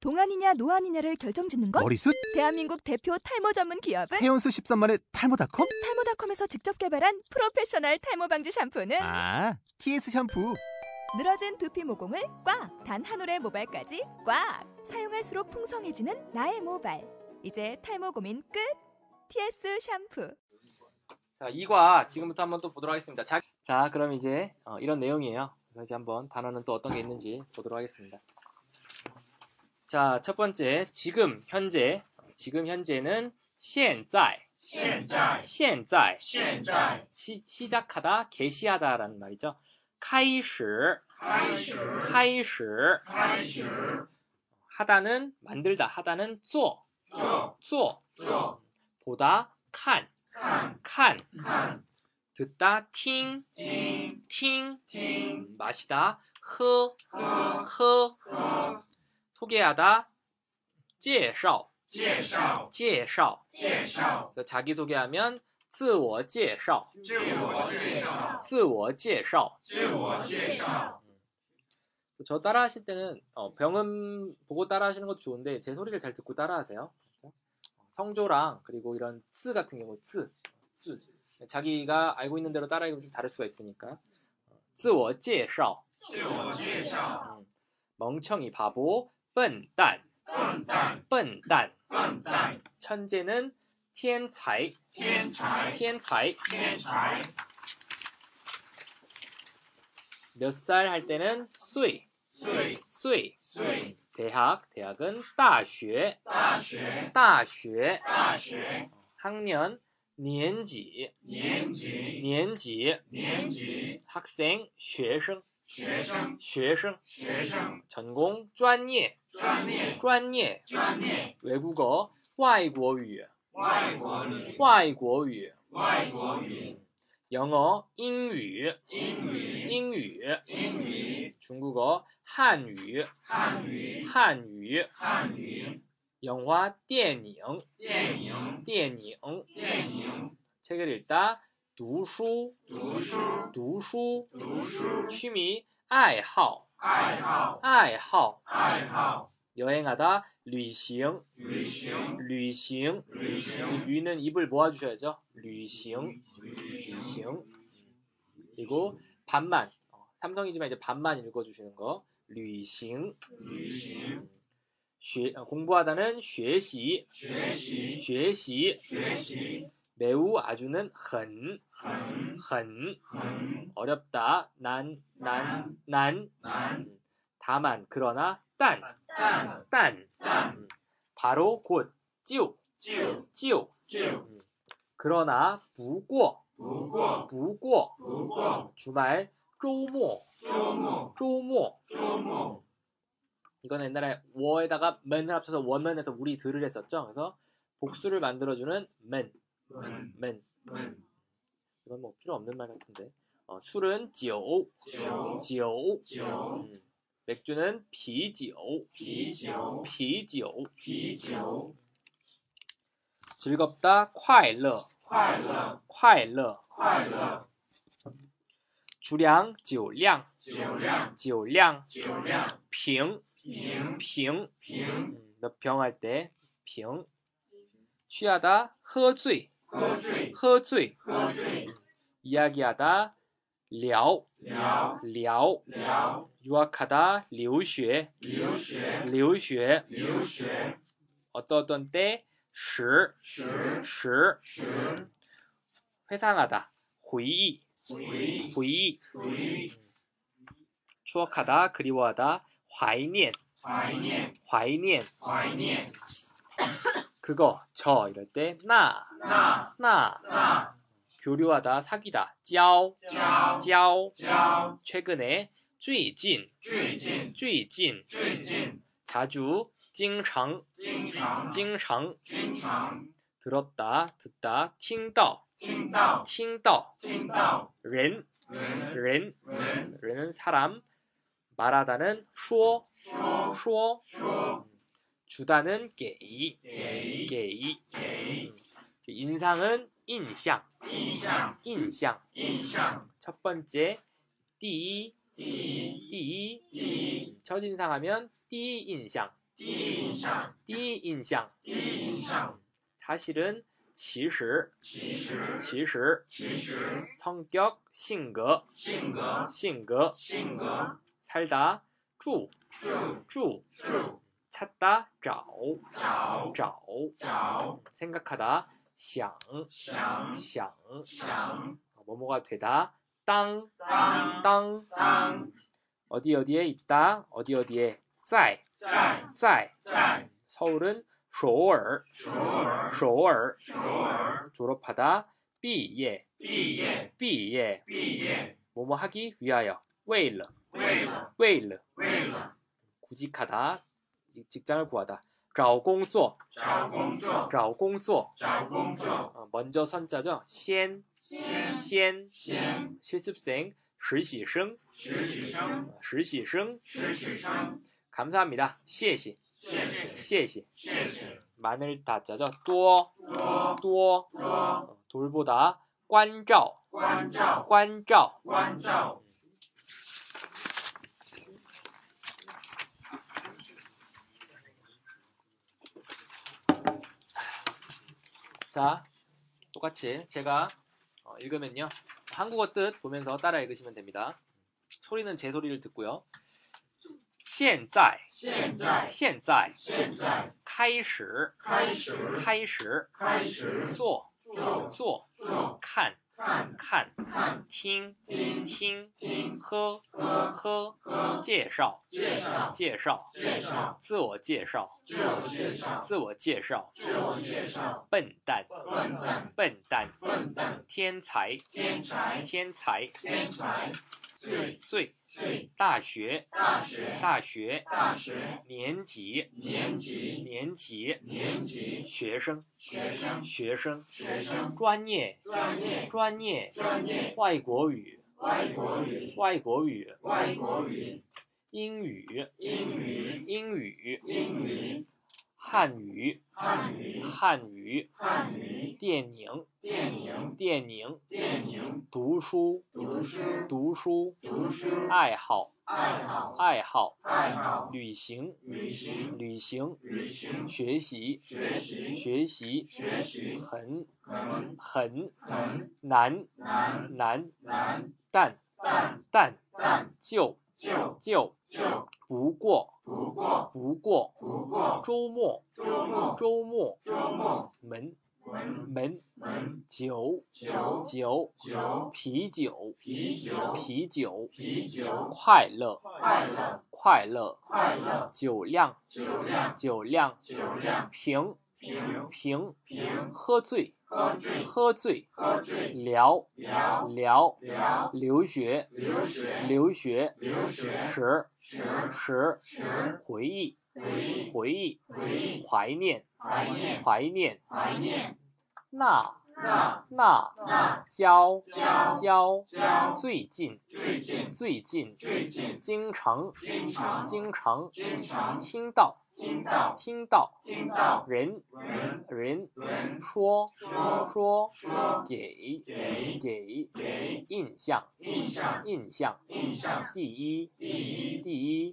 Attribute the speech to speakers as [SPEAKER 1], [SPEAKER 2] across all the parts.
[SPEAKER 1] 동안이냐 노안이냐를 결정짓는 건
[SPEAKER 2] 머리숱?
[SPEAKER 1] 대한민국 대표 탈모 전문 기업은
[SPEAKER 2] 헤어수 13만의 탈모닷컴?
[SPEAKER 1] 탈모닷컴에서 직접 개발한 프로페셔널 탈모 방지 샴푸는
[SPEAKER 2] 아, TS 샴푸.
[SPEAKER 1] 늘어진 두피 모공을 꽉 단 한 올의 모발까지 꽉 사용할수록 풍성해지는 나의 모발 이제 탈모 고민 끝 TS 샴푸
[SPEAKER 3] 자, 2과 지금부터 한번 또 보도록 하겠습니다. 자, 자, 그럼 이제 어, 이런 내용이에요. 그래서 이제 한번 단어는 또 어떤 게 있는지 보도록 하겠습니다. 자, 첫 번째, 지금 현재. 지금 현재는 现在.
[SPEAKER 4] 现在，
[SPEAKER 3] 현재.
[SPEAKER 4] 现在
[SPEAKER 3] 시, 시작하다, 개시하다라는 말이죠. 开始,
[SPEAKER 4] 开始，
[SPEAKER 3] 开始.
[SPEAKER 4] 开始
[SPEAKER 3] 하다는 만들다, 하다는 做,
[SPEAKER 4] 做
[SPEAKER 3] 做.
[SPEAKER 4] 做
[SPEAKER 3] 보다, 看,
[SPEAKER 4] 看
[SPEAKER 3] 看.
[SPEAKER 4] 看
[SPEAKER 3] 듣다, 听,
[SPEAKER 4] 听
[SPEAKER 3] 听.
[SPEAKER 4] 听
[SPEAKER 3] 음, 마시다, 허,
[SPEAKER 4] 喝
[SPEAKER 3] 허.
[SPEAKER 4] 喝
[SPEAKER 3] 소개하다, 介绍,
[SPEAKER 4] 介绍
[SPEAKER 3] 介绍.
[SPEAKER 4] 介绍
[SPEAKER 3] 그래서 자기소개하면 自我介绍,
[SPEAKER 4] 自我介绍
[SPEAKER 3] 自我介绍. 음.
[SPEAKER 4] 自我介绍
[SPEAKER 3] 저 따라 하실 때는 어, 병음 보고 따라 하시는 것도 좋은데 제 소리를 잘 듣고 따라 하세요. 어, 성조랑 그리고 이런 츠 같은 경우 츠, 츠. 네, 자기가 알고 있는 대로 따라 읽으면 좀 다를 수가 있으니까. 어, 自我介绍,
[SPEAKER 4] 自我介绍
[SPEAKER 3] 음, 멍청이 바보, 笨蛋,
[SPEAKER 4] 笨蛋
[SPEAKER 3] 笨蛋.
[SPEAKER 4] 笨蛋
[SPEAKER 3] 천재는 天才,
[SPEAKER 4] 天才
[SPEAKER 3] 天才.
[SPEAKER 4] 天才
[SPEAKER 3] 몇 살 할 때는 岁,
[SPEAKER 4] 岁
[SPEAKER 3] 岁.
[SPEAKER 4] 岁
[SPEAKER 3] 대학, 대학은 大学,
[SPEAKER 4] 大学
[SPEAKER 3] 大学.
[SPEAKER 4] 大学
[SPEAKER 3] 학년, 年级,
[SPEAKER 4] 年级
[SPEAKER 3] 年级.
[SPEAKER 4] 年级
[SPEAKER 3] 학생, 学生,
[SPEAKER 4] 学生
[SPEAKER 3] 学生.
[SPEAKER 4] 学生
[SPEAKER 3] 전공, 专业,
[SPEAKER 4] 专业
[SPEAKER 3] 专业.
[SPEAKER 4] 专业
[SPEAKER 3] 외국어, 外国语,
[SPEAKER 4] 外国语
[SPEAKER 3] 外国语.
[SPEAKER 4] 外国语
[SPEAKER 3] 영어, 英语,
[SPEAKER 4] 英语
[SPEAKER 3] 英语.
[SPEAKER 4] 英语
[SPEAKER 3] 중국어, 汉语,
[SPEAKER 4] 汉语
[SPEAKER 3] 汉语.
[SPEAKER 4] 汉语
[SPEAKER 3] 영화, 电影,
[SPEAKER 4] 电影
[SPEAKER 3] 电影.
[SPEAKER 4] 电影
[SPEAKER 3] 책을 읽다, 读书,
[SPEAKER 4] 读书
[SPEAKER 3] 读书.
[SPEAKER 4] 读书
[SPEAKER 3] 취미, 爱好,
[SPEAKER 4] 爱好
[SPEAKER 3] 爱好.
[SPEAKER 4] 爱好
[SPEAKER 3] 여행하다, 旅行,
[SPEAKER 4] 旅行
[SPEAKER 3] 旅行.
[SPEAKER 4] 旅行
[SPEAKER 3] 류는 입을 모아주셔야죠. 류싱, 류싱. 그리고 반만. 어, 삼성이지만 이제 반만 읽어주시는 거. 류싱.
[SPEAKER 4] 旅行
[SPEAKER 3] 쉐- 어, 공부하다는 学习,
[SPEAKER 4] 学习
[SPEAKER 3] 学习.
[SPEAKER 4] 学习
[SPEAKER 3] 매우 아주는 很,
[SPEAKER 4] 很
[SPEAKER 3] 很.
[SPEAKER 4] 很
[SPEAKER 3] 어렵다, 난, 난, 난.
[SPEAKER 4] 难
[SPEAKER 3] 음, 다만, 그러나, 딴,
[SPEAKER 4] 但
[SPEAKER 3] 딴.
[SPEAKER 4] 但
[SPEAKER 3] 음, 바로, 곧, 就,
[SPEAKER 4] 就
[SPEAKER 3] 就.
[SPEAKER 4] 就
[SPEAKER 3] 그러나, 不过,
[SPEAKER 4] 不过
[SPEAKER 3] 不过.
[SPEAKER 4] 不过
[SPEAKER 3] 주말, 周末,
[SPEAKER 4] 周末
[SPEAKER 3] 周末.
[SPEAKER 4] 周末
[SPEAKER 3] 음. 이건 옛날에 워에다가 men을 합쳐서 원면에서 우리들을 했었죠. 그래서 복수를 만들어주는 men,
[SPEAKER 4] 们
[SPEAKER 3] men.
[SPEAKER 4] 们
[SPEAKER 3] 이건 뭐 필요 없는 말 같은데. 어, 술은 酒,
[SPEAKER 4] 酒
[SPEAKER 3] 酒.
[SPEAKER 4] 酒
[SPEAKER 3] 음, 맥주는 啤酒,
[SPEAKER 4] 啤酒
[SPEAKER 3] 啤酒.
[SPEAKER 4] 啤酒
[SPEAKER 3] 즐겁다, 快乐,
[SPEAKER 4] 快乐
[SPEAKER 3] 快乐.
[SPEAKER 4] 快乐
[SPEAKER 3] 주량, 酒量,
[SPEAKER 4] 酒量
[SPEAKER 3] 酒量.
[SPEAKER 4] 酒量
[SPEAKER 3] 平,
[SPEAKER 4] 平
[SPEAKER 3] 平.
[SPEAKER 4] 平
[SPEAKER 3] 몇병 할 때, 평. 취하다, 喝醉,
[SPEAKER 4] 喝醉
[SPEAKER 3] 喝醉.
[SPEAKER 4] 喝醉
[SPEAKER 3] 이야기하다, 聊,
[SPEAKER 4] 聊
[SPEAKER 3] 聊.
[SPEAKER 4] 聊
[SPEAKER 3] 유학하다, 留学,
[SPEAKER 4] 留学
[SPEAKER 3] 留学.
[SPEAKER 4] 留学
[SPEAKER 3] 어떤 어떤 때, 时,
[SPEAKER 4] 时
[SPEAKER 3] 时.
[SPEAKER 4] 时
[SPEAKER 3] 회상하다, 回忆,
[SPEAKER 4] 回忆
[SPEAKER 3] 回忆.
[SPEAKER 4] 回忆
[SPEAKER 3] 추억하다, 그리워하다, 怀念,
[SPEAKER 4] 怀念
[SPEAKER 3] 怀念.
[SPEAKER 4] 怀念
[SPEAKER 3] 그거, 저 이럴 때, 나,
[SPEAKER 4] 那
[SPEAKER 3] 나.
[SPEAKER 4] 那
[SPEAKER 3] 교류하다, 사귀다, 交,
[SPEAKER 4] 交
[SPEAKER 3] 交.
[SPEAKER 4] 交
[SPEAKER 3] 최근에, 最近,
[SPEAKER 4] 最近
[SPEAKER 3] 最近.
[SPEAKER 4] 最近
[SPEAKER 3] 자주, 经常,
[SPEAKER 4] 经常
[SPEAKER 3] 经常.
[SPEAKER 4] 经常
[SPEAKER 3] 들었다, 듣다, 听到,
[SPEAKER 4] 听到
[SPEAKER 3] 听到.
[SPEAKER 4] 听到
[SPEAKER 3] ren,
[SPEAKER 4] 人
[SPEAKER 3] ren,
[SPEAKER 4] 人
[SPEAKER 3] ren은 사람, 말하다는 说,
[SPEAKER 4] 说
[SPEAKER 3] 说,
[SPEAKER 4] 说
[SPEAKER 3] 주다는 给,
[SPEAKER 4] 给
[SPEAKER 3] 给.
[SPEAKER 4] 给
[SPEAKER 3] 인상은 인상,
[SPEAKER 4] 印象
[SPEAKER 3] 인상.
[SPEAKER 4] 印象
[SPEAKER 3] 첫 번째, 第一,
[SPEAKER 4] 第一
[SPEAKER 3] 第一.
[SPEAKER 4] 第一
[SPEAKER 3] 첫인상하면 第一印象,
[SPEAKER 4] 第第一印象，
[SPEAKER 3] 띠 인상
[SPEAKER 4] 第一印象，
[SPEAKER 3] 사실은 其实
[SPEAKER 4] 其实，
[SPEAKER 3] 其实
[SPEAKER 4] 其实，
[SPEAKER 3] 성격 性格
[SPEAKER 4] 性格，
[SPEAKER 3] 性格
[SPEAKER 4] 性格，
[SPEAKER 3] 살다 住
[SPEAKER 4] 住，
[SPEAKER 3] 住
[SPEAKER 4] 住，
[SPEAKER 3] 찾다 找
[SPEAKER 4] 找，
[SPEAKER 3] 找
[SPEAKER 4] 找，
[SPEAKER 3] 생각하다 想
[SPEAKER 4] 想，
[SPEAKER 3] 想
[SPEAKER 4] 想，
[SPEAKER 3] 어, 뭐뭐가 되다 땅
[SPEAKER 4] 땅,
[SPEAKER 3] 땅
[SPEAKER 4] 当，
[SPEAKER 3] 어디 어디에 있다 어디 어디에 在
[SPEAKER 4] 在，
[SPEAKER 3] 在
[SPEAKER 4] 在，
[SPEAKER 3] 서울은 首尔
[SPEAKER 4] 首尔，
[SPEAKER 3] 首尔
[SPEAKER 4] 首尔，
[SPEAKER 3] 졸업하다 毕业
[SPEAKER 4] 毕业，
[SPEAKER 3] 毕业
[SPEAKER 4] 毕业，
[SPEAKER 3] 뭐뭐 하기 위하여 为了
[SPEAKER 4] 为了，
[SPEAKER 3] 为了
[SPEAKER 4] 为了
[SPEAKER 3] 구직하다 이- 직장을 구하다 找工作
[SPEAKER 4] 找工作，
[SPEAKER 3] 找工作
[SPEAKER 4] 找工作，
[SPEAKER 3] 어, 먼저 선자죠 先
[SPEAKER 4] 先，
[SPEAKER 3] 先
[SPEAKER 4] 先，
[SPEAKER 3] 실습생 实习生
[SPEAKER 4] 实习生，
[SPEAKER 3] 어, 实习生
[SPEAKER 4] 实习生，
[SPEAKER 3] 감사합니다 谢谢
[SPEAKER 4] 谢谢，
[SPEAKER 3] 谢谢
[SPEAKER 4] 谢谢，
[SPEAKER 3] 마늘 다자죠 多
[SPEAKER 4] 多，
[SPEAKER 3] 多
[SPEAKER 4] 多，
[SPEAKER 3] 어, 돌보다 关照
[SPEAKER 4] 关照，
[SPEAKER 3] 关照
[SPEAKER 4] 关照。
[SPEAKER 3] 자, 똑같이 제가 어, 읽으면요. 한국어 뜻 보면서 따라 읽으시면 됩니다. 소리는 제 소리를 듣고요.
[SPEAKER 4] 음.
[SPEAKER 3] 现在,
[SPEAKER 4] 现在，
[SPEAKER 3] 现在,
[SPEAKER 4] 现在
[SPEAKER 3] 开始,
[SPEAKER 4] 开始，
[SPEAKER 3] 开始,
[SPEAKER 4] 开始
[SPEAKER 3] 做,
[SPEAKER 4] 做
[SPEAKER 3] 做,
[SPEAKER 4] 做
[SPEAKER 3] 看,
[SPEAKER 4] 看
[SPEAKER 3] 看,
[SPEAKER 4] 看
[SPEAKER 3] 听,
[SPEAKER 4] 听
[SPEAKER 3] 听,
[SPEAKER 4] 听
[SPEAKER 3] 喝,
[SPEAKER 4] 喝
[SPEAKER 3] 喝,
[SPEAKER 4] 和
[SPEAKER 3] 介绍,
[SPEAKER 4] 介绍
[SPEAKER 3] 介绍,
[SPEAKER 4] 介绍
[SPEAKER 3] 自我介绍,
[SPEAKER 4] 自我介绍
[SPEAKER 3] 自我介绍,
[SPEAKER 4] 自我介绍
[SPEAKER 3] 笨蛋,
[SPEAKER 4] 笨蛋
[SPEAKER 3] 笨蛋,
[SPEAKER 4] 笨蛋
[SPEAKER 3] 天才,
[SPEAKER 4] 天才
[SPEAKER 3] 天才,
[SPEAKER 4] 天才最
[SPEAKER 3] 岁,
[SPEAKER 4] 最
[SPEAKER 3] 大学,
[SPEAKER 4] 大学
[SPEAKER 3] 大学,
[SPEAKER 4] 大学
[SPEAKER 3] 年级，
[SPEAKER 4] 年级
[SPEAKER 3] 年级，
[SPEAKER 4] 年级
[SPEAKER 3] 学生，
[SPEAKER 4] 学生
[SPEAKER 3] 学生，
[SPEAKER 4] 学生
[SPEAKER 3] 专业，
[SPEAKER 4] 专业
[SPEAKER 3] 专业，
[SPEAKER 4] 专业
[SPEAKER 3] 外国语，
[SPEAKER 4] 外国语
[SPEAKER 3] 外国语，
[SPEAKER 4] 外国语
[SPEAKER 3] 英语，
[SPEAKER 4] 英语
[SPEAKER 3] 英语，
[SPEAKER 4] 英语
[SPEAKER 3] 汉语，
[SPEAKER 4] 汉语
[SPEAKER 3] 汉语，
[SPEAKER 4] 汉语
[SPEAKER 3] 电影，
[SPEAKER 4] 电影
[SPEAKER 3] 电影，
[SPEAKER 4] 电影
[SPEAKER 3] 读书，
[SPEAKER 4] 读书
[SPEAKER 3] 读书，
[SPEAKER 4] 读书
[SPEAKER 3] 爱好，
[SPEAKER 4] 爱好
[SPEAKER 3] 爱好，
[SPEAKER 4] 爱好
[SPEAKER 3] 旅行，
[SPEAKER 4] 旅行
[SPEAKER 3] 旅行，
[SPEAKER 4] 旅行
[SPEAKER 3] 学习，
[SPEAKER 4] 学习
[SPEAKER 3] 学习，
[SPEAKER 4] 学习
[SPEAKER 3] 很，
[SPEAKER 4] 很
[SPEAKER 3] 很
[SPEAKER 4] 很
[SPEAKER 3] 难，
[SPEAKER 4] 难
[SPEAKER 3] 难，
[SPEAKER 4] 难
[SPEAKER 3] 但，
[SPEAKER 4] 但
[SPEAKER 3] 但，
[SPEAKER 4] 但
[SPEAKER 3] 就，
[SPEAKER 4] 就
[SPEAKER 3] 就，
[SPEAKER 4] 就
[SPEAKER 3] 不过，
[SPEAKER 4] 不过
[SPEAKER 3] 不过，
[SPEAKER 4] 不过
[SPEAKER 3] 周末，
[SPEAKER 4] 周末
[SPEAKER 3] 周末，
[SPEAKER 4] 周末
[SPEAKER 3] 门，
[SPEAKER 4] 门
[SPEAKER 3] 门，
[SPEAKER 4] 门
[SPEAKER 3] 酒，
[SPEAKER 4] 酒
[SPEAKER 3] 酒，
[SPEAKER 4] 酒
[SPEAKER 3] 啤酒，
[SPEAKER 4] 啤酒
[SPEAKER 3] 啤酒，
[SPEAKER 4] 啤酒
[SPEAKER 3] 快乐，
[SPEAKER 4] 快乐
[SPEAKER 3] 快乐，
[SPEAKER 4] 快乐
[SPEAKER 3] 酒量，
[SPEAKER 4] 酒量
[SPEAKER 3] 酒量，
[SPEAKER 4] 酒量
[SPEAKER 3] 平，
[SPEAKER 4] 平
[SPEAKER 3] 平，
[SPEAKER 4] 平
[SPEAKER 3] 喝醉，
[SPEAKER 4] 喝醉
[SPEAKER 3] 喝醉，
[SPEAKER 4] 喝醉
[SPEAKER 3] 聊，
[SPEAKER 4] 聊
[SPEAKER 3] 聊，
[SPEAKER 4] 聊
[SPEAKER 3] 留学，
[SPEAKER 4] 留学
[SPEAKER 3] 留学，
[SPEAKER 4] 留学
[SPEAKER 3] 时，
[SPEAKER 4] 时
[SPEAKER 3] 时，
[SPEAKER 4] 时
[SPEAKER 3] 回忆，
[SPEAKER 4] 回忆
[SPEAKER 3] 回忆，
[SPEAKER 4] 回忆
[SPEAKER 3] 怀念，
[SPEAKER 4] 怀念
[SPEAKER 3] 怀念，
[SPEAKER 4] 怀念
[SPEAKER 3] 那。
[SPEAKER 4] 那
[SPEAKER 3] 那
[SPEAKER 4] 那
[SPEAKER 3] 交
[SPEAKER 4] 交
[SPEAKER 3] 交
[SPEAKER 4] 交
[SPEAKER 3] 最近
[SPEAKER 4] 最近
[SPEAKER 3] 最近
[SPEAKER 4] 最近
[SPEAKER 3] 经常
[SPEAKER 4] 经常
[SPEAKER 3] 经常
[SPEAKER 4] 经常
[SPEAKER 3] 听到
[SPEAKER 4] 听到
[SPEAKER 3] 听到
[SPEAKER 4] 听到
[SPEAKER 3] 人
[SPEAKER 4] 人
[SPEAKER 3] 人
[SPEAKER 4] 人
[SPEAKER 3] 说
[SPEAKER 4] 说
[SPEAKER 3] 说
[SPEAKER 4] 说
[SPEAKER 3] 给
[SPEAKER 4] 给
[SPEAKER 3] 给
[SPEAKER 4] 给
[SPEAKER 3] 印象
[SPEAKER 4] 印象
[SPEAKER 3] 印象
[SPEAKER 4] 印象
[SPEAKER 3] 第一
[SPEAKER 4] 第一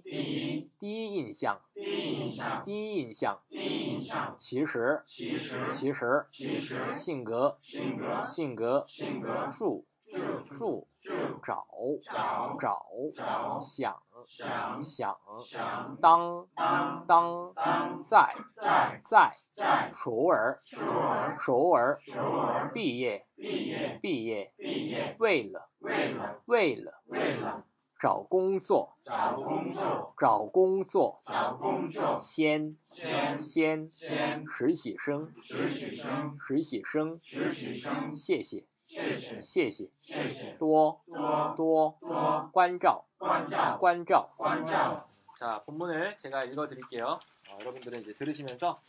[SPEAKER 3] 第一
[SPEAKER 4] 第一
[SPEAKER 3] 第一印象
[SPEAKER 4] 第一印象
[SPEAKER 3] 第一印象
[SPEAKER 4] 第一印象
[SPEAKER 3] 其实
[SPEAKER 4] 其实
[SPEAKER 3] 其实
[SPEAKER 4] 其实
[SPEAKER 3] 性格
[SPEAKER 4] 性格
[SPEAKER 3] 性格
[SPEAKER 4] 性格
[SPEAKER 3] 住
[SPEAKER 4] 住
[SPEAKER 3] 住
[SPEAKER 4] 住
[SPEAKER 3] 找
[SPEAKER 4] 找
[SPEAKER 3] 找
[SPEAKER 4] 找
[SPEAKER 3] 想
[SPEAKER 4] 想
[SPEAKER 3] 想
[SPEAKER 4] 想
[SPEAKER 3] 当
[SPEAKER 4] 当
[SPEAKER 3] 当
[SPEAKER 4] 当
[SPEAKER 3] 在
[SPEAKER 4] 在
[SPEAKER 3] 在
[SPEAKER 4] 在
[SPEAKER 3] 首尔
[SPEAKER 4] 首尔
[SPEAKER 3] 首尔
[SPEAKER 4] 首尔
[SPEAKER 3] 毕业
[SPEAKER 4] 毕业
[SPEAKER 3] 毕业
[SPEAKER 4] 毕业
[SPEAKER 3] 为了
[SPEAKER 4] 为了
[SPEAKER 3] 为了
[SPEAKER 4] 为了
[SPEAKER 3] 找工作
[SPEAKER 4] 找工作
[SPEAKER 3] 找工作
[SPEAKER 4] 找工作
[SPEAKER 3] 先
[SPEAKER 4] 先
[SPEAKER 3] 先
[SPEAKER 4] 先
[SPEAKER 3] 实习生
[SPEAKER 4] 实习生
[SPEAKER 3] 实习生
[SPEAKER 4] 实习生
[SPEAKER 3] 谢谢
[SPEAKER 4] 谢谢
[SPEAKER 3] 谢谢
[SPEAKER 4] 谢谢
[SPEAKER 3] 多
[SPEAKER 4] 多
[SPEAKER 3] 多
[SPEAKER 4] 多
[SPEAKER 3] 关照
[SPEAKER 4] 关照
[SPEAKER 3] 关照
[SPEAKER 4] 关照
[SPEAKER 3] 자, 본문을 제가 읽어 드릴게요. 여러분들은 이제 들으시면서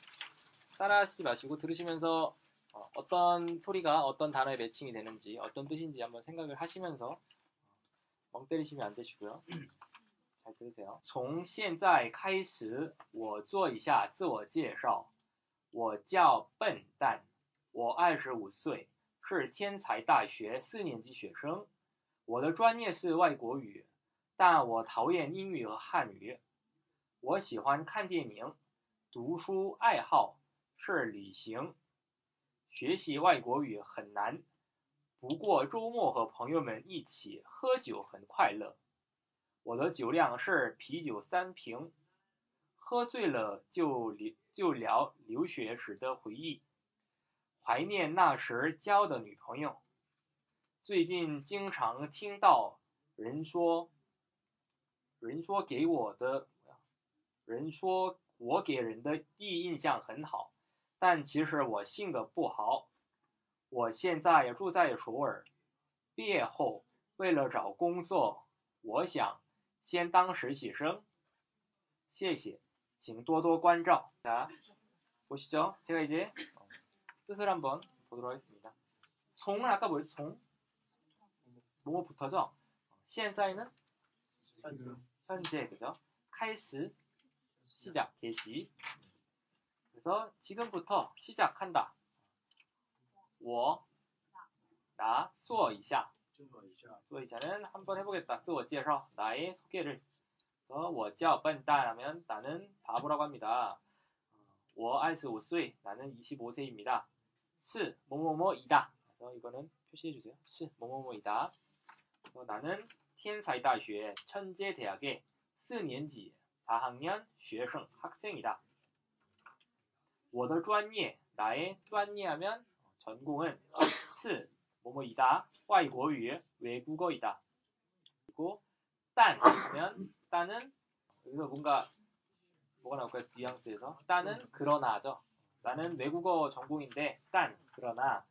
[SPEAKER 3] 따라하시지 마시고 들으시면서 어, 떤 소리가 어떤 단어에 매칭이 되는지 어떤 뜻인지 한번 생각을 하시면서 어, 멍 때리시면 안 되시고요. 잘 들으세요. 从现在开始，我做一下自我介绍。我叫笨蛋，我二十五岁，是天才大学四年级学生。我的专业是外国语，但我讨厌英语和汉语。我喜欢看电影，读书爱好是旅行，学习外国语很难，不过周末和朋友们一起喝酒很快乐。我的酒量是啤酒三瓶，喝醉了就聊就聊留学时的回忆，怀念那时交的女朋友。最近经常听到人说，人说给我的，人说我给人的第一印象很好，但其实我性格不好。我现在住在首尔，毕业后为了找工作，我想先当实习生。谢谢，请多多关照。啊자 보시죠. 제가 이제 어, 뜻을 한번 보도록 하겠습니다. 啊 송은 아까 뭐였죠? 송? 뭐뭐 붙어서 시엔사이는 현재 그죠? 카이스 시작 개시 그래서 지금부터 시작한다. 我나 수어 이샤
[SPEAKER 4] 做一下
[SPEAKER 3] 수어 이샤는 한번 해보겠다. 수어 지에서 나의 소개를 그래서 我叫笨蛋 하면 나는 바보라고 합니다. 我25岁 나는 25세입니다. 是 뭐뭐뭐이다. 그래서 이거는 표시해 주세요. 是 뭐뭐뭐이다. 그래서 나는 天才大学 천재 대학의 4年级 4학년 学生 학생이다. 我的专业 나의 专业하면 전공은 是 뭐뭐이다. 外国语 외국어이다. 그리고 딴 하면 딴은 여기서 뭔가 뭐가 나올까요? 뉘앙스에서 딴은 그러나죠. 나는 외국어 전공인데 딴 그러나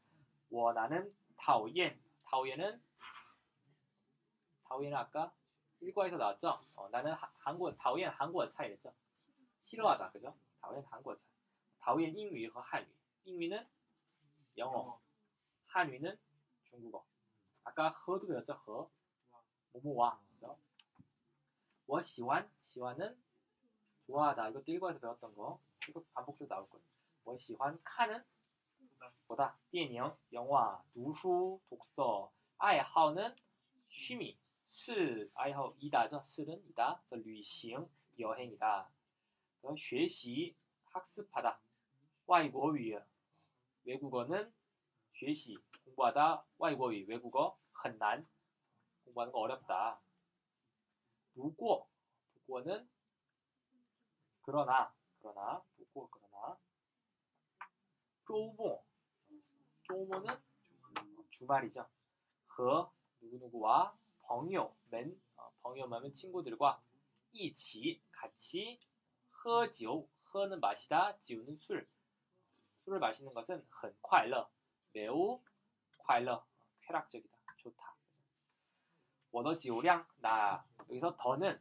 [SPEAKER 3] 워 나는 타오옌 타오옌은 타오옌은 아까 1과에서 나왔죠. 어, 나는 하- 한국 타오옌은 한국어 차이랬죠. 싫어하다 그죠? 타오옌은 한국어 차이. 타오옌 잉위와 그 한위. 잉위는 영어, 한위는 중국어. 아까 허도 배웠죠 허. 모모와 그죠? 워 시완 시완은 좋아하다. 이것도 1과에서 배웠던 거. 계속 반복해서 나올 거예요. 我喜欢看는 보다 电影 영화 读书 독서 爱好는 취미 是爱好 이다죠 是는 이다 그래서 旅行 여행이다 그래서 学习 학습하다 外国语 외국어는 学习 공부하다 外国语 외국어 很难 공부하는 거 어렵다 不过 不过는 그러나 그러나 不过 그러나 조모. 조모는 주말이죠. 和 그 누구누구와 朋友 맨, 어, 朋友们은 친구들과 一起 같이 喝酒. 喝는 마시다, 酒는 술. 술을 마시는 것은 很快乐. 매우 快乐. 쾌락적이다. 좋다. 我的酒量 나. 여기서 더는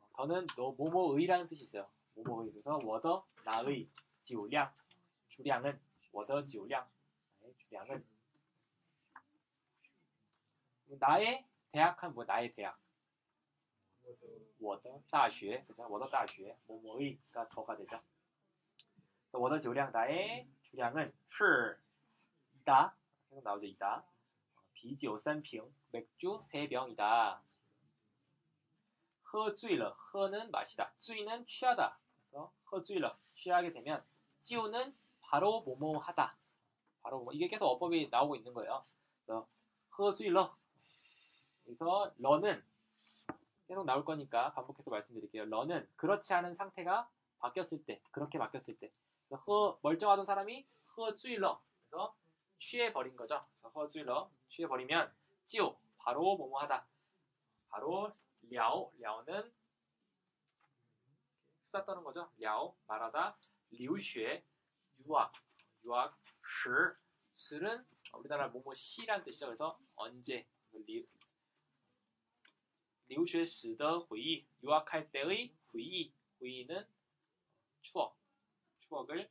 [SPEAKER 3] 어, 더는 너 뭐뭐의라는 뜻이 있어요. 뭐뭐의. 그래서 我的 나의 酒量 주량은 我的酒量, 나의 주량은 뭐 나의 대학 한뭐 나의 대학, 我的大学, 그죠? 我的大学, 뭐뭐의가 더가 되죠. 我的酒量, 나의 주량은 是이다, 계속 나오죠 이다. 비酒 3병, 맥주 3병이다. 喝醉了, 喝는 마시다, 醉는 취하다. 그래서 喝醉了, 취하게 되면 찌우는 바로 뭐뭐하다. 바로 뭐뭐. 이게 계속 어법이 나오고 있는 거예요. 그래서 허주일러. 그래서 러는 계속 나올 거니까 반복해서 말씀드릴게요. 러는 그렇지 않은 상태가 바뀌었을 때, 그렇게 바뀌었을 때. 그래서 허 멀쩡하던 사람이 허주일러. 그래서 취해 버린 거죠. 그래서 허주일러 취해 버리면 찌우 바로 뭐뭐하다. 바로 랴오 랴오는 수다 떠는 거죠. 랴오 말하다. 리우쉐 유학, 유학, 실, 실은 우리나라 뭐뭐 시란 뜻이죠. 그래서 언제, 그 리, 리우쉐 시의 회의, 유학할 때의 회의, 회의는 추억, 추억을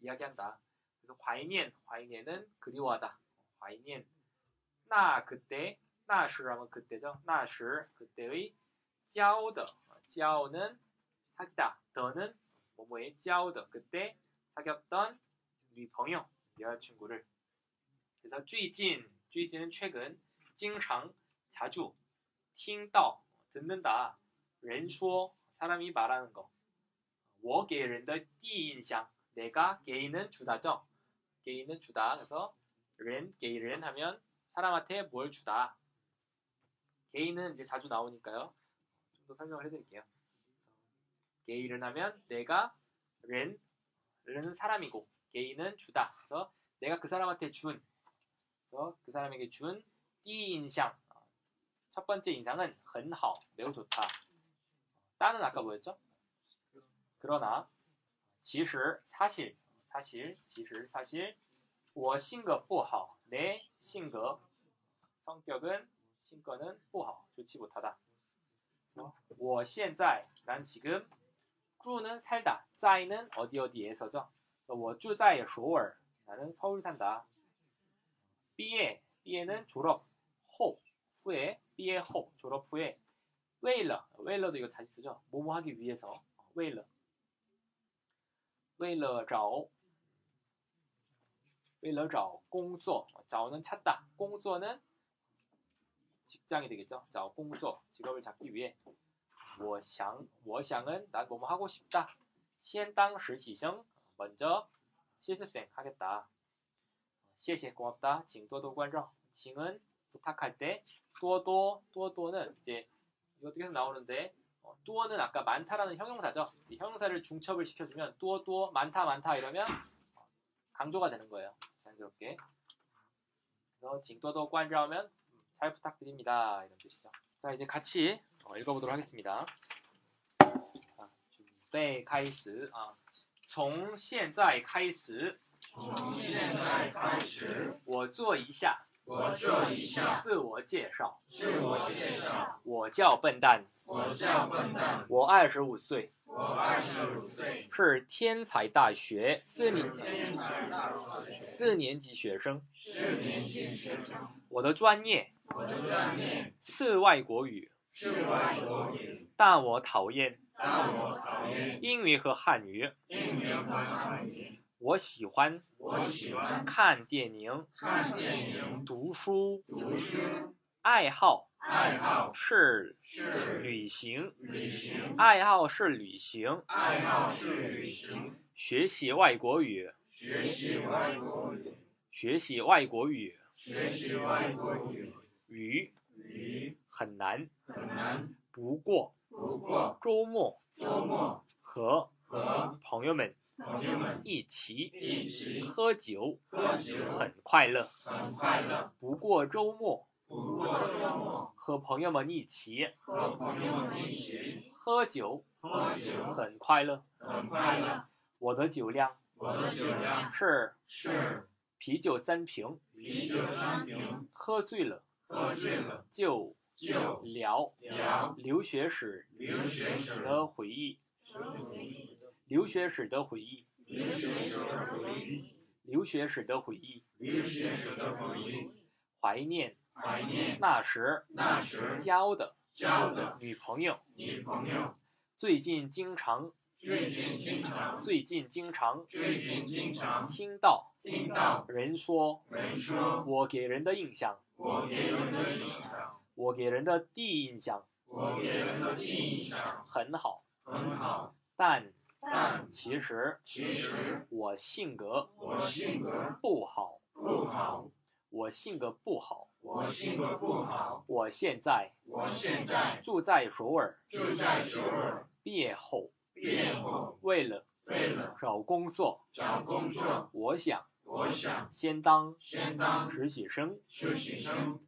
[SPEAKER 3] 이야기한다. 그래서 화이년, 화이년은 그리워하다. 화이년, 나 그때, 나시라면 그때죠. 나시, 그때의 짜오더, 짜오는 사귀다, 더는 뭐뭐의 짜오더 그때 사귀었던 女朋友 여자친구를 그래서 最近 最近은 최근 经常 자주 听到 듣는다 人说 사람이 말하는 거 我给人的第一印象내가 개인은 주다죠. 개인은 주다. 그래서 렌 개인은 하면 사람한테 뭘 주다. 개인은 이제 자주 나오니까요. 좀 더 설명을 해드릴게요. 개인은 하면 내가 렌 렌은 사람이고 개인은 주다. 그래서 내가 그 사람한테 준 그래서 그 사람에게 준 띠인상 첫 번째 인상은 很好 매우 좋다. 따는 아까 뭐였죠? 그러나 其实 사실 사실 其实 사실 我性格不好내性格 성격은 신거는 不好 좋지 못하다. 뭐, 我现在난 지금 住는 살다 在는 어디 어디에서죠. 我住在首尔 나는 서울 산다. 毕业 毕业는 졸업 后 후에 毕业 후, 졸업 후에 为了 为了도 이거 다시 쓰죠. 뭐뭐 하기 위해서 为了为了找为了找工作 找는 찾다. 工作는 직장이 되겠죠. 找工作 직업을 찾기 위해 我想 我想은 난 뭐뭐 하고 싶다. 先当实习生 먼저 실습생 하겠다. 谢谢 고맙다. 请多多关照. 请은 부탁할 때 또도 또도는 이제 이것도 계속 나오는데 어, 또는 아까 많다라는 형용사죠. 이 형용사를 중첩을 시켜주면 또또 많다 많다 이러면 어, 강조가 되는 거예요. 자연스럽게. 그래서 징또도 관절하면 잘 부탁드립니다 이런 뜻이죠. 자 이제 같이 어, 읽어보도록 하겠습니다. 자, 준비 开始 아, 从现在开始
[SPEAKER 4] 从现在开始，
[SPEAKER 3] 我做一下
[SPEAKER 4] 我做一下
[SPEAKER 3] 自我介绍，
[SPEAKER 4] 自我介绍。
[SPEAKER 3] 我叫笨蛋，
[SPEAKER 4] 我叫笨蛋，
[SPEAKER 3] 我二十五岁，
[SPEAKER 4] 我二十五岁，
[SPEAKER 3] 是天才大学四年
[SPEAKER 4] 天才大学
[SPEAKER 3] 四年级学生。
[SPEAKER 4] 四年级学生。
[SPEAKER 3] 我的专业
[SPEAKER 4] 我的专业
[SPEAKER 3] 是外国语，
[SPEAKER 4] 是外国语，
[SPEAKER 3] 但我讨厌
[SPEAKER 4] 但我讨厌
[SPEAKER 3] 英语和汉语。
[SPEAKER 4] 英语和汉语。
[SPEAKER 3] 我喜欢
[SPEAKER 4] 我喜欢
[SPEAKER 3] 看电影、
[SPEAKER 4] 看电影、
[SPEAKER 3] 读书，
[SPEAKER 4] 读书，
[SPEAKER 3] 爱好
[SPEAKER 4] 爱好
[SPEAKER 3] 是
[SPEAKER 4] 是
[SPEAKER 3] 旅行，
[SPEAKER 4] 旅行，
[SPEAKER 3] 爱好是旅行，
[SPEAKER 4] 爱好是旅行，
[SPEAKER 3] 学习外国语，
[SPEAKER 4] 学习外国语，
[SPEAKER 3] 学习外国语，
[SPEAKER 4] 学习外国语。
[SPEAKER 3] 语
[SPEAKER 4] 语
[SPEAKER 3] 很难，
[SPEAKER 4] 很难，
[SPEAKER 3] 不过
[SPEAKER 4] 不过
[SPEAKER 3] 周末
[SPEAKER 4] 周末
[SPEAKER 3] 和
[SPEAKER 4] 和
[SPEAKER 3] 朋友们
[SPEAKER 4] 朋友们
[SPEAKER 3] 一起
[SPEAKER 4] 一起
[SPEAKER 3] 喝酒，
[SPEAKER 4] 喝酒
[SPEAKER 3] 很快乐。
[SPEAKER 4] 很快乐。
[SPEAKER 3] 不过周末
[SPEAKER 4] 不过周末
[SPEAKER 3] 和朋友们一起
[SPEAKER 4] 和朋友们一起
[SPEAKER 3] 喝酒，
[SPEAKER 4] 喝酒
[SPEAKER 3] 很快乐。
[SPEAKER 4] 很快乐。
[SPEAKER 3] 我的酒量
[SPEAKER 4] 我的酒量
[SPEAKER 3] 是
[SPEAKER 4] 是
[SPEAKER 3] 啤酒三瓶，
[SPEAKER 4] 啤酒三瓶，
[SPEAKER 3] 喝醉了
[SPEAKER 4] 喝醉了
[SPEAKER 3] 就
[SPEAKER 4] 就
[SPEAKER 3] 聊
[SPEAKER 4] 聊
[SPEAKER 3] 留学史
[SPEAKER 4] 留学时
[SPEAKER 3] 的回忆，留学史的回忆，
[SPEAKER 4] 留学时的回忆，
[SPEAKER 3] 留学史的回忆，
[SPEAKER 4] 留学时的回忆，
[SPEAKER 3] 怀念
[SPEAKER 4] 怀念
[SPEAKER 3] 那时
[SPEAKER 4] 那时
[SPEAKER 3] 交的
[SPEAKER 4] 交的
[SPEAKER 3] 女朋友。
[SPEAKER 4] 女朋友。
[SPEAKER 3] 最近经常
[SPEAKER 4] 最近经常
[SPEAKER 3] 最近经常
[SPEAKER 4] 最近经常
[SPEAKER 3] 听到
[SPEAKER 4] 听到
[SPEAKER 3] 人说，
[SPEAKER 4] 人说
[SPEAKER 3] 我给人的印象，
[SPEAKER 4] 我给人的印象，
[SPEAKER 3] 我给人的第一印象
[SPEAKER 4] 我给人的第一印象
[SPEAKER 3] 很好，
[SPEAKER 4] 很好，
[SPEAKER 3] 但
[SPEAKER 4] 但
[SPEAKER 3] 其实
[SPEAKER 4] 其实
[SPEAKER 3] 我性格
[SPEAKER 4] 我性格
[SPEAKER 3] 不好，
[SPEAKER 4] 不好，
[SPEAKER 3] 我性格不好。
[SPEAKER 4] 我性格不好。
[SPEAKER 3] 我现在
[SPEAKER 4] 我现在
[SPEAKER 3] 住在首尔，
[SPEAKER 4] 住在首尔，
[SPEAKER 3] 毕业后
[SPEAKER 4] 毕业后
[SPEAKER 3] 为了
[SPEAKER 4] 为了
[SPEAKER 3] 找工作，
[SPEAKER 4] 找工作，
[SPEAKER 3] 我想
[SPEAKER 4] 我想
[SPEAKER 3] 先当
[SPEAKER 4] 先当
[SPEAKER 3] 实习生。
[SPEAKER 4] 实习生。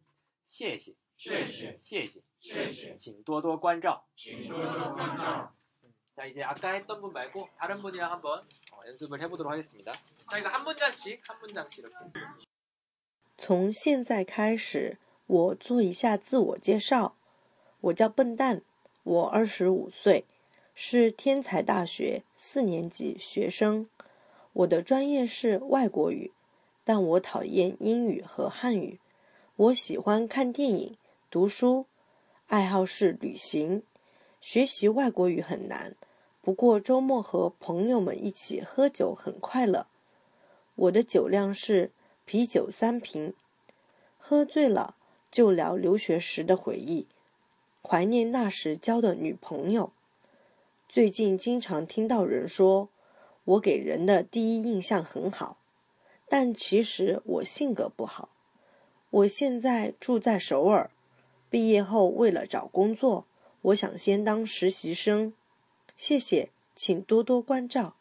[SPEAKER 3] 谢谢，
[SPEAKER 4] 谢谢，
[SPEAKER 3] 谢谢，
[SPEAKER 4] 谢谢，
[SPEAKER 3] 请多多关照。
[SPEAKER 4] 请多多关照。
[SPEAKER 3] 자 이제 아까 했던 분 말고 다른 분이랑 한번 어, 연습을 해보도록 하겠습니다. 저희가 한 문장씩 한 문장씩 이렇게.
[SPEAKER 5] 从现在开始，我做一下自我介绍。我叫笨蛋，我二十五岁，是天才大学四年级学生。我的专业是外国语，但我讨厌英语和汉语。我喜欢看电影、读书，爱好是旅行。学习外国语很难，不过周末和朋友们一起喝酒很快乐。我的酒量是啤酒三瓶，喝醉了就聊留学时的回忆，怀念那时交的女朋友。最近经常听到人说，我给人的第一印象很好，但其实我性格不好。我现在住在首尔，毕业后为了找工作，我想先当实习生。谢谢，请多多关照。